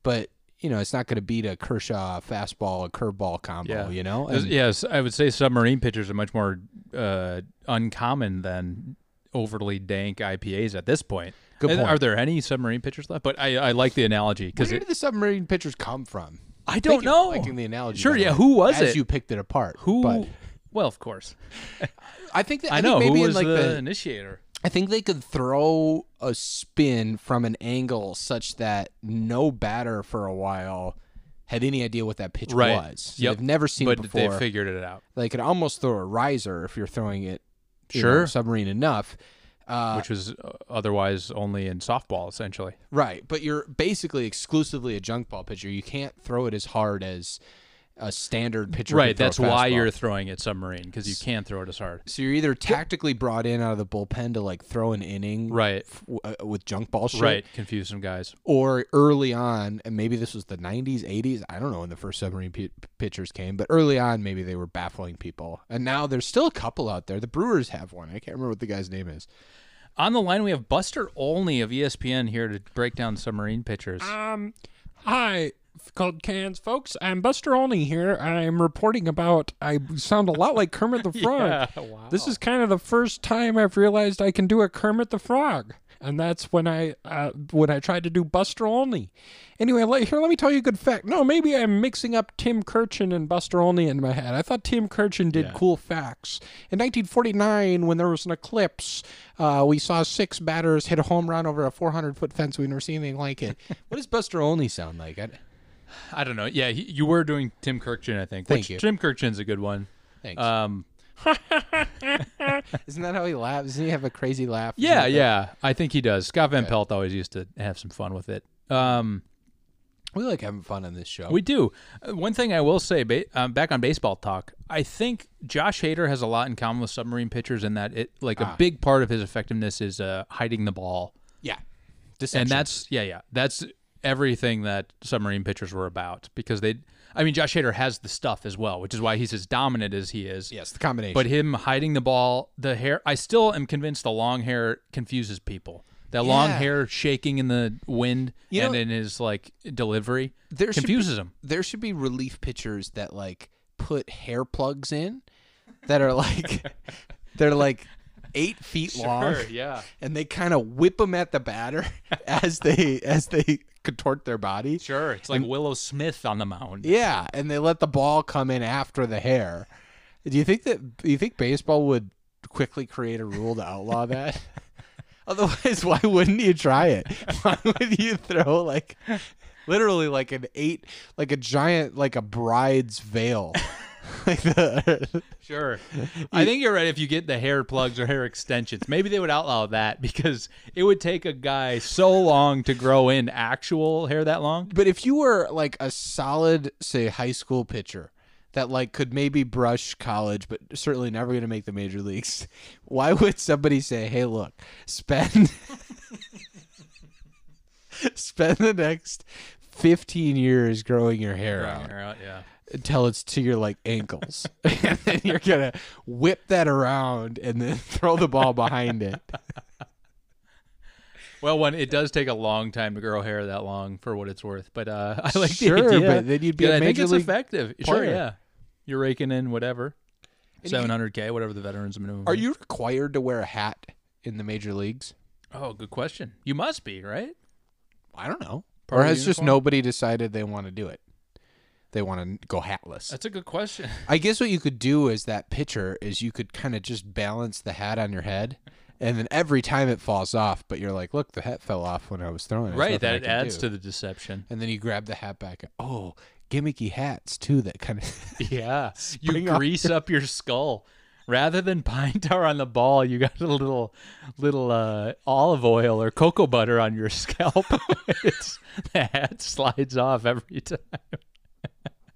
but you know, it's not going to beat a Kershaw fastball, a curveball combo, Yeah. you know? Those- And- Uh, yes, I would say submarine pitchers are much more uh, uncommon than overly dank IPAs at this point. Good And point. Are there any submarine pitchers left? But I, I like the analogy because Where did the submarine pitchers come from? I don't Thank you know. for Liking the analogy. Oh, Sure, by the yeah, way, who was as it? you picked it apart. Who But Well, of course. I think that, I, I, think know maybe who in was like the, the initiator. I think they could throw a spin from an angle such that no batter for a while had any idea what that pitch was. Yep. They've never seen but it before. they figured it out, they could almost throw a riser if you're throwing it you know, Sure. submarine enough. Uh, which was uh, otherwise only in softball, essentially. right, but you're basically exclusively a junk ball pitcher. You can't throw it as hard as a standard pitcher. could Right. throw a That's why fastball. you're throwing it submarine because you can't throw it as hard. So you're either tactically brought in out of the bullpen to like throw an inning, Right. f- w- uh, with junk ball shit, Right. Confuse some guys. or early on, and maybe this was the 90s, 80s. I don't know when the first submarine p- pitchers came, but early on, maybe they were baffling people. And now there's still a couple out there. The Brewers have one. I can't remember what the guy's name is. On the line, we have Buster Olney of E ESPN here to break down submarine pitchers. Um, hi, cold cans, folks. I'm Buster Olney here. I'm reporting about. I sound a lot like Kermit the Frog. wow. This is kind of the first time I've realized I can do a Kermit the Frog, and that's when I uh, when I tried to do Buster Olney. Anyway, let, here let me tell you a good fact. No, maybe I'm mixing up Tim Kirchin and Buster Olney in my head. I thought Tim Kirchin did cool facts in 1949 when there was an eclipse. Uh, we saw six batters hit a home run over a 400 foot fence. We've never seen anything like it. What does Buster Olney sound like? I, I don't know. Yeah, he, you were doing Tim Kirkchin, I think. Thank which you. Tim Kirkchin's a good one. thanks. Um, Isn't that how he laughs? Doesn't he have a crazy laugh? yeah, yeah, I think he does. Scott Van Pelt always used to have some fun with it. Um, We like having fun on this show. we do. Uh, One thing I will say, ba- um, back on baseball talk, I think Josh Hader has a lot in common with submarine pitchers in that it, like, Ah. a big part of his effectiveness is uh, hiding the ball. yeah. and Deception. that's yeah, yeah. That's everything that submarine pitchers were about because they. I mean, Josh Hader has the stuff as well, which is why he's as dominant as he is. yes, the combination. But him hiding the ball, the hair. I still am convinced the long hair confuses people. That long Yeah. hair shaking in the wind You and know- in his like delivery there should confuses be, him. There should be relief pitchers that like put hair plugs in that are like they're like eight feet long, yeah. and they kind of whip them at the batter as they as they contort their body. Sure, it's like Willow Smith on the mound. Yeah, and they let the ball come in after the hair. Do you think that? Do you think baseball would quickly create a rule to outlaw that? Otherwise, why wouldn't you try it? Why would you throw like, literally like an eight, like a giant, like a bride's veil? like the, Sure. I think you're right if you get the hair plugs or hair extensions. Maybe they would outlaw that because it would take a guy so long to grow in actual hair that long. but if you were like a solid, say, high school pitcher that like could maybe brush college, but certainly never going to make the major leagues, why would somebody say, "Hey, look, spend spend the next fifteen years growing your hair out yeah. until it's to your like ankles, and then you're gonna whip that around and then throw the ball behind it"? Well, one, it does take a long time to grow hair that long for what it's worth, but uh, I like the Sure, idea. but then you'd be Yeah, a I think major it's league effective. Sure, player. yeah. You're raking in whatever. you- 700K, whatever the veterans minimum. Are is. you required to wear a hat in the major leagues? Oh, good question. You must be, right? I don't know. Part or of the has just uniform? nobody decided they want to do it? They want to go hatless. That's a good question. I guess what you could do is that pitcher is you could kind of just balance the hat on your head, and then every time it falls off, but you're like, look, the hat fell off when I was throwing. it. right, that adds to the deception. And then you grab the hat back. Oh, gimmicky hats too. That kind of. Yeah, you Spring on grease up your skull. Rather than pine tar on the ball, you got a little, little uh, olive oil or cocoa butter on your scalp. it's, the hat slides off every time.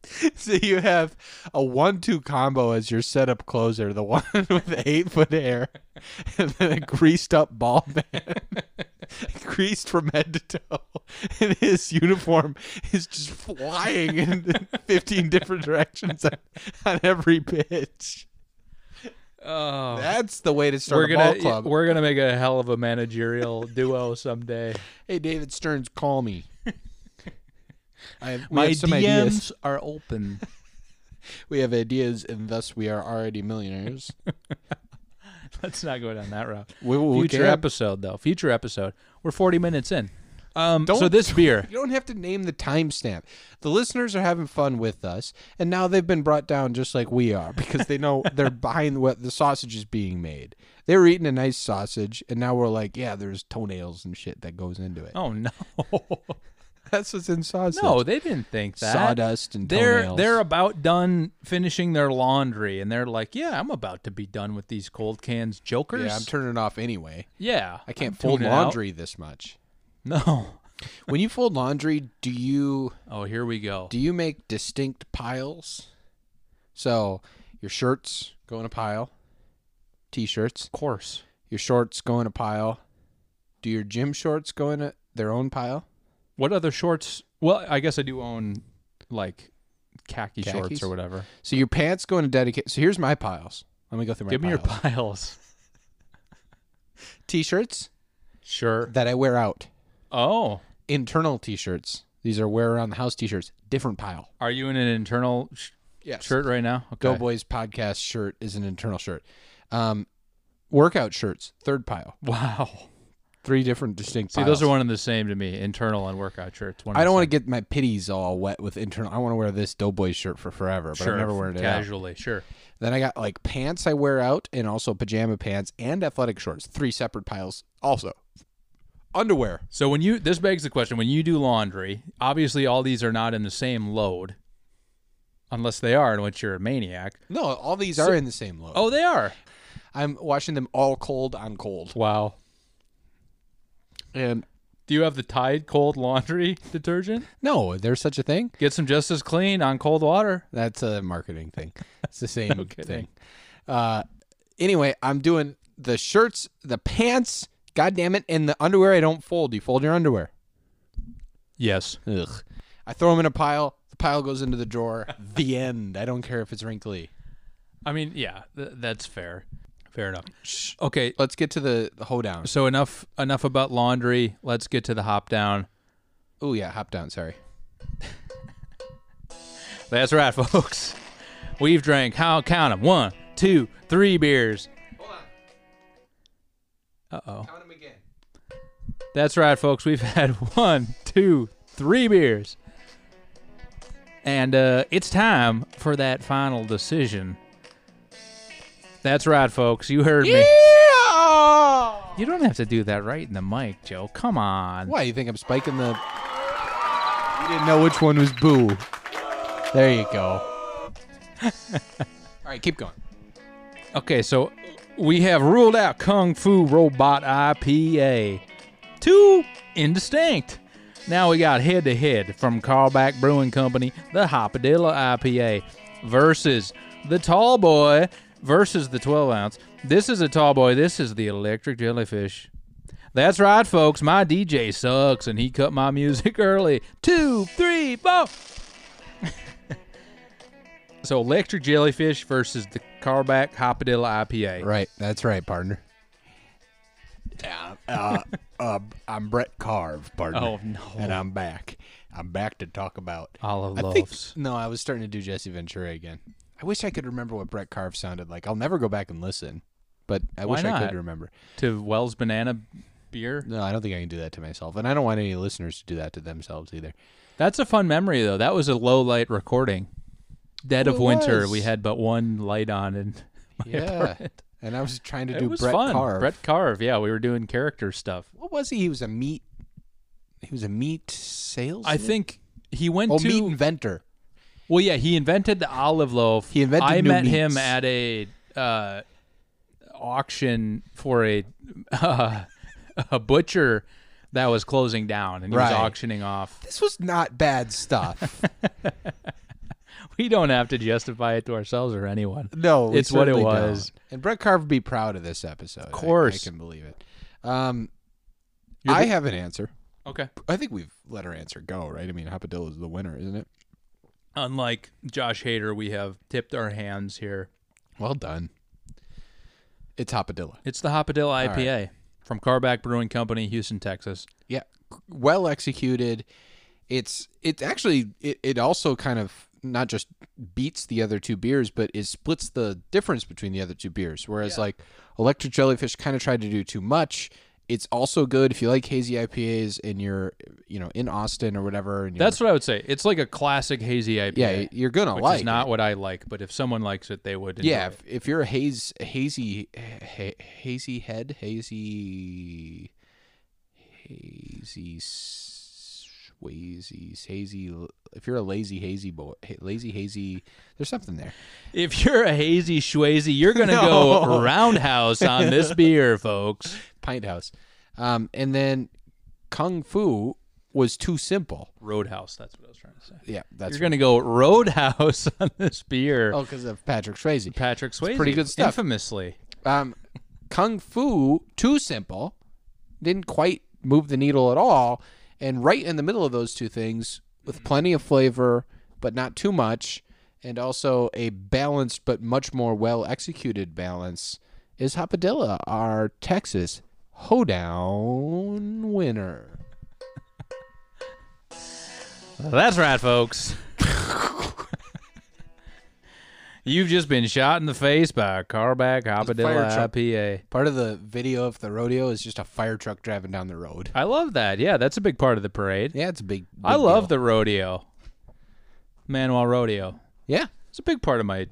so you have a one-two combo as your setup closer, the one with the eight-foot hair, and then a greased-up ball man, greased from head to toe, and his uniform is just flying in fifteen different directions on, on every pitch. Oh, That's the way to we're start a gonna ball club. we're gonna make a hell of a managerial duo someday. hey, David Stearns, call me. I have, we My have some DMs ideas. are open. We have ideas, and thus we are already millionaires. Let's not go down that route. We- we Future can. episode though. Future episode. We're forty minutes in. Um, so Don't- this beer, You don't have to name the timestamp. The listeners are having fun with us, and now they've been brought down just like we are because they know they're behind what the sausage is being made. They were eating a nice sausage, and now we're like, yeah, there's toenails and shit that goes into it. oh no, That's what's in sausage. no, they didn't think that. Sawdust and they're toenails. they're about done finishing their laundry, and they're like, "Yeah, I'm about to be done with these cold cans, jokers." yeah, I'm turning it off anyway. Yeah, I can't I'm fold tuning out. laundry this much. No. When you fold laundry, do you Oh, here we go. do you make distinct piles? So your shirts go in a pile, t-shirts. Of course. Your shorts go in a pile. Do your gym shorts go in a, their own pile? What other shorts? Well, I guess I do own like khaki Khakis? shorts or whatever. So your pants go in a dedicated. So here's my piles. Let me go through my Give me your piles. piles. t-shirts Sure. that I wear out. Oh, Internal t-shirts. These are wear around the house t-shirts. Different pile. are you in an internal sh- Yes. shirt right now? Okay. Go Boys podcast shirt is an internal shirt. Um, workout shirts, third pile. Wow. Three different distinct See, piles. those are one and the same to me. Internal and workout shirts. One. I don't want to get my pitties all wet with internal. I want to wear this Doughboy shirt for forever, but Sure. I'm never wearing it out. casually. Sure. Then I got like pants I wear out and also pajama pants and athletic shorts. Three separate piles also. Underwear. So when you this begs the question: when you do laundry, obviously all these are not in the same load, unless they are, in which you're a maniac. No, all these are in the same load. Oh, they are. I'm washing them all cold on cold. Wow. And Do you have the Tide cold laundry detergent? no, there's such a thing. Get some just as clean on cold water. That's a marketing thing. It's the same kidding. thing. Uh, anyway, I'm doing the shirts, the pants, god damn it, and the underwear I don't fold. You fold your underwear. Yes. Ugh. I throw them in a pile. The pile goes into the drawer. the end. I don't care if it's wrinkly. I mean, yeah, th- that's fair. Fair enough. Okay, uh, Let's get to the, the hoedown. so enough enough about laundry. Let's get to the hop down. Oh yeah, hop down. Sorry. That's right, folks. We've drank. How count them? One, two, three beers. Uh oh. Count him again. That's right, folks. We've had one, two, three beers. And uh, it's time for that final decision. That's right, folks. You heard me. You don't have to do that right in the mic, Joe. Come on. Why you think I'm spiking the? You didn't know which one was boo. There you go. All right, keep going. Okay, so we have ruled out Kung Fu Robot IPA. Two indistinct. Now we got head to head from Carlback Brewing Company, the Hopadilla IPA versus the Tall Boy versus the 12 ounce. This is a Tall Boy, this is the Electric Jellyfish. That's right, folks. My DJ sucks and he cut my music early. Two, three, four. So Electric Jellyfish versus the Carback Hopadilla IPA. Right, that's right, partner. Yeah, uh, uh, I'm Brett Carve, partner. Oh, no. And I'm back. I'm back to talk about Olive I think- loaves. no, I was starting to do Jesse Ventura again. I wish I could remember what Brett Carve sounded like. I'll never go back and listen, but I Why wish I not? could remember. To Wells Banana Beer. No, I don't think I can do that to myself, and I don't want any listeners to do that to themselves either. That's a fun memory though. That was a low light recording. Dead of It winter. was. We had but one light on and Yeah, and I was trying to it do was Brett fun. Carve. Brett Carve. Yeah, we were doing character stuff. what was he? He was a meat. He was a meat sales. I think he went Oh, to meat inventor. Well, yeah, he invented the olive loaf. He invented I new met meats. him at a uh, auction for a uh, a butcher that was closing down and he Right. was auctioning off This was not bad stuff. we don't have to justify it to ourselves or anyone. no, we It's what it certainly was. don't. And Brett Carve would be proud of this episode. Of course. I, can believe it. Um, You're I the- have an answer. Okay. I think we've let our answer go, right? I mean, Hopadilla is the winner, isn't it? Unlike Josh Hader, we have tipped our hands here. Well done. It's Hopadilla. It's the Hopadilla right. IPA from Carback Brewing Company, Houston, Texas. Yeah, well executed. It's it actually it, it also kind of not just beats the other two beers, but it splits the difference between the other two beers. Whereas like Electric Jellyfish kind of tried to do too much, It's also good if you like hazy IPAs and you're, you know, in Austin or whatever. And you're- That's what I would say. It's like a classic hazy IPA. yeah, you're gonna which like. is it. not what I like, but if someone likes it, they would. enjoy yeah, it. if, if you're a haze, hazy, ha, hazy head, hazy, hazy, s- wazy, hazy. If you're a lazy, hazy boy, ha- lazy, hazy, there's something there. If you're a hazy schwazy, you're gonna go roundhouse on this beer, folks. Pint house, um, and then kung fu was too simple. Roadhouse. That's what I was trying to say. Yeah, that's you're gonna go roadhouse on this beer. oh, because of Patrick Swayze. Patrick Swayze, pretty good stuff. Infamously, um, kung fu too simple didn't quite move the needle at all and right in the middle of those two things with plenty of flavor but not too much and also a balanced but much more well executed balance is hopadilla our texas hoedown winner that's right, folks. You've just been shot in the face by a carback fire hopadilla truck. IPA. part of the video of the rodeo is just a fire truck driving down the road I love that. Yeah, that's a big part of the parade. yeah it's a big, I love the rodeo, Manuel Rodeo. the yeah It's a big part of my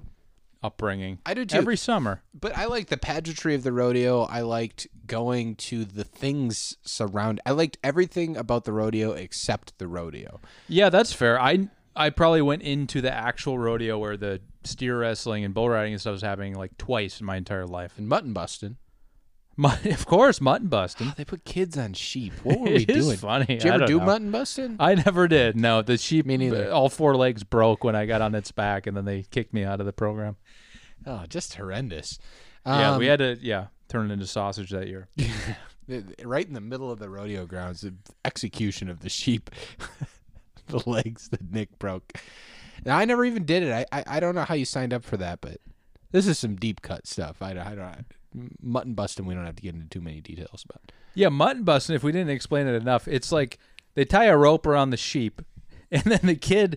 upbringing. I do too. Every summer. But I liked the pageantry of the rodeo. I liked going to the things surround. I liked everything about the rodeo except the rodeo. Yeah, that's fair. I I probably went into the actual rodeo where the steer wrestling and bull riding and stuff was happening like twice in my entire life. And mutton busting. Mut- of course, mutton busting. Oh, They put kids on sheep. What were we It is doing? funny. Did you I ever don't do know. Uh, mutton busting? I never did. No, the sheep. Me neither. All four legs broke when I got on its back, and then they kicked me out of the program. Oh, just horrendous. yeah, Um, we had to. Yeah, turn it into sausage that year. right in the middle of the rodeo grounds, the execution of the sheep, the legs that Nick broke. Now, I never even did it. I, I I don't know how you signed up for that, but this is some deep cut stuff. I, don't- I don't mutton busting. We don't have to get into too many details about. Yeah, mutton busting. If we didn't explain it enough, it's like they tie a rope around the sheep, and then the kid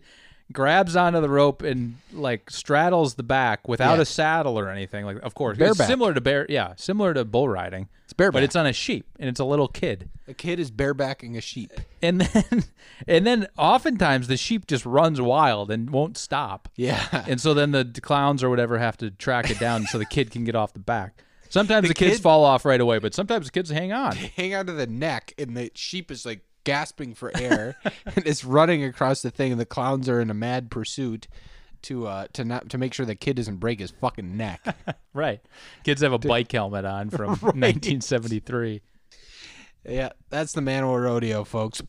grabs onto the rope and like straddles the back without Yeah. a saddle or anything. Like, of course, Bareback. it's similar to bear. Yeah, similar to bull riding. It's bareback. but it's on a sheep, and it's a little kid. A kid is barebacking a sheep. And then, and then, oftentimes the sheep just runs wild and won't stop. Yeah. And so then the d- clowns or whatever have to track it down so the kid can get off the back. Sometimes the, kids kid- fall off right away, but sometimes the kids hang on. Hang onto the neck, and the sheep is like gasping for air and it's running across the thing, and the clowns are in a mad pursuit. To, uh, to not to make sure the kid doesn't break his fucking neck. Right. Kids have a bike helmet on from 1973. yeah, that's the Manual Rodeo, folks.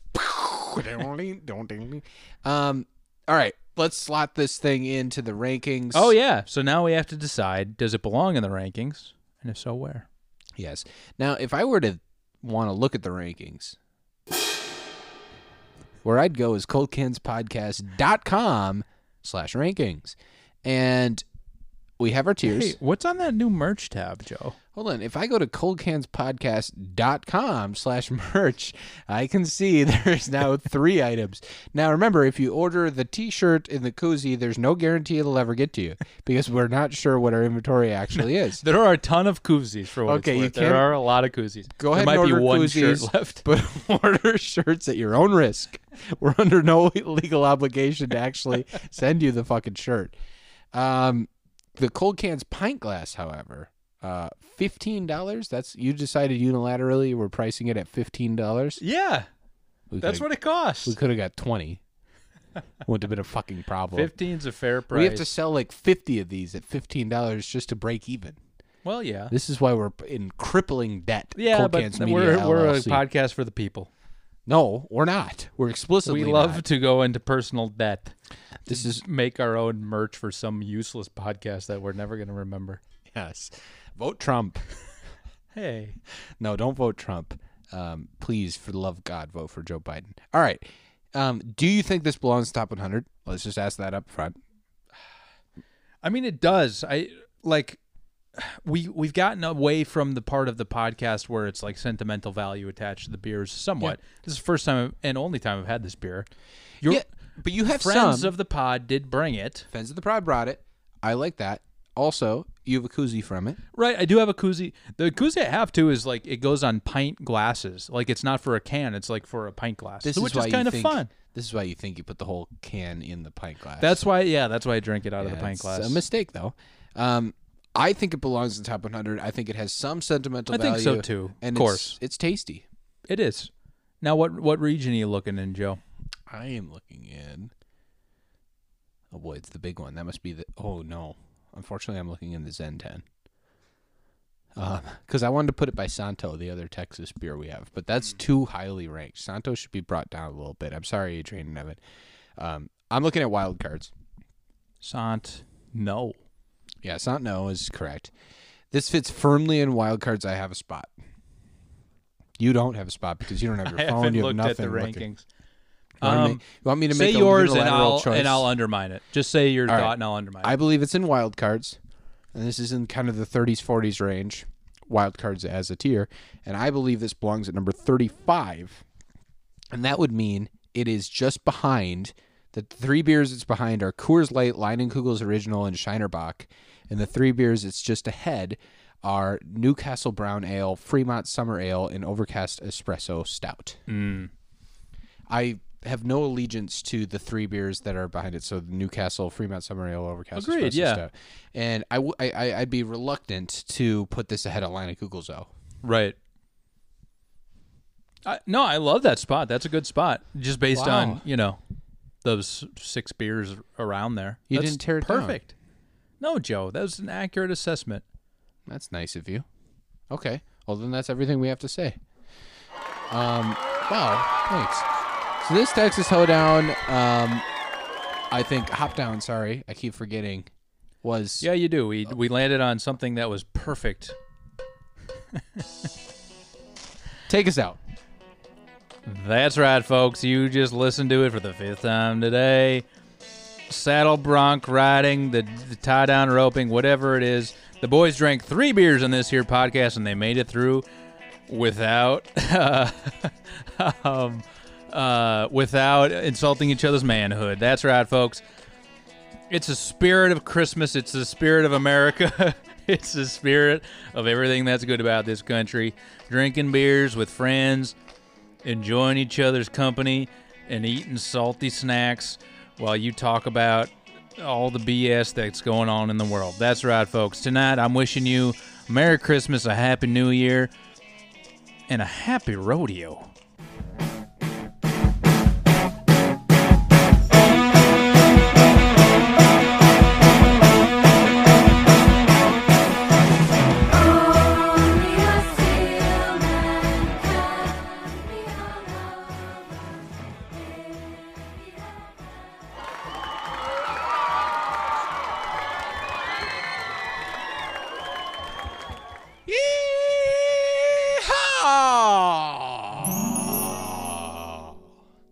um, all right, let's slot this thing into the rankings. Oh, yeah. So now we have to decide does it belong in the rankings? And if so, where? yes. Now, if I were to want to look at the rankings, where I'd go is coldkinspodcast.com slash rankings. And we have our tiers. Hey, what's on that new merch tab, Joe? Hold on. If I go to coldcanspodcast.com slash merch, I can see there's now three items. Now, remember, if you order the t-shirt and the koozie, there's no guarantee it'll ever get to you because we're not sure what our inventory actually is. There are a ton of koozies for what Okay, it's you worth. can- There are a lot of koozies. Go ahead there might and order be one koozies, shirt left. but order shirts at your own risk. We're under no legal obligation to actually send you the fucking shirt. Um, the cold cans pint glass, however, uh, fifteen dollars. That's you decided unilaterally. you We're pricing it at fifteen dollars. Yeah, that's what it we costs. could have got twenty. Wouldn't have been a fucking problem. 15's a fair price. We have to sell like fifty of these at fifteen dollars just to break even. well, yeah. This is why we're in crippling debt. Yeah, Cold but Cans th- Media we're, we're a LLC. podcast for the people. No, we're not. We're explicitly We love not. to go into personal debt. This is Make our own merch for some useless podcast that we're never going to remember. yes. Vote Trump. Hey. No, don't vote Trump. Um, please, for the love of God, vote for Joe Biden. All right. Um, do you think this belongs to top 100? Let's just ask that up front. I mean, it does. I like we we've gotten away from the part of the podcast where it's like sentimental value attached to the beers somewhat. This is the first time and only time I've had this beer. Your yeah, but you have friends some. of the pod did bring it. Friends of the Pride brought it. I like that. Also, you have a koozie from it. Right, I do have a koozie. The koozie I have too is like it goes on pint glasses. Like it's not for a can, it's like for a pint glass. This so, is which why is kind you of think, fun. This is why you think you put the whole can in the pint glass. That's why, yeah, that's why I drink it out of Yeah, the pint it's uh, glass. A mistake, though. Um, I think it belongs in the top 100. I think it has some sentimental I value. think so, too. Of And course. it's, it's tasty. it is. Now, what what region are you looking in, Joe? I am looking in. Oh boy, it's the big one. That must be the. Oh no, unfortunately, I'm looking in the Zen Ten. Because I wanted to put it by Santo, the other Texas beer we have, but that's too highly ranked. Santo should be brought down a little bit. I'm sorry, Adrian and Evan. Um, I'm looking at wild cards. Sant. No. Yeah, Sant No is correct. This fits firmly in wild cards. I have a spot. You don't have a spot because you don't have your I phone. haven't You have looked nothing. at the looking. rankings. You want, me, Um, you want me to Say make a yours and unilateral I'll choice? and I'll undermine it. Just say your All right. thought and I'll undermine I it. believe it's in wild cards, and this is in kind of the 30s, 40s range, wild cards as a tier, and I believe this belongs at number 35, and that would mean it is just behind. The three beers it's behind are Coors Light, Leinenkugel's Original, and Shinerbach, and the three beers it's just ahead are Newcastle Brown Ale, Fremont Summer Ale, and Overcast Espresso Stout. I have no allegiance to the three beers that are behind it. So the Newcastle, Fremont Summer Ale, Overcast, Agreed, Espresso yeah. Stout. And I, w- I, I, would be reluctant to put this ahead of Lina Google's O. right. I, no, I love that spot. That's a good spot. Just based Wow. on, you know, those six beers around there. You That's didn't tear it down. perfect. No, Joe, that was an accurate assessment. That's nice of you. Okay. Well, then that's everything we have to say. Um, wow. Thanks. So this Texas Hoedown, um, I think Hop Down. Sorry, I keep forgetting. Was Yeah, you do. We we landed on something that was perfect. take us out. That's right, folks. You just listened to it for the fifth time today. Saddle bronc riding, the, the tie down roping, whatever it is. The boys drank three beers on this here podcast, and they made it through without um, uh, without insulting each other's manhood. That's right, folks. It's the spirit of Christmas. It's the spirit of America. it's the spirit of everything that's good about this country. Drinking beers with friends, enjoying each other's company, and eating salty snacks while you talk about all the BS that's going on in the world. That's right, folks. Tonight, I'm wishing you Merry Christmas, a Happy New Year, and a Happy Rodeo.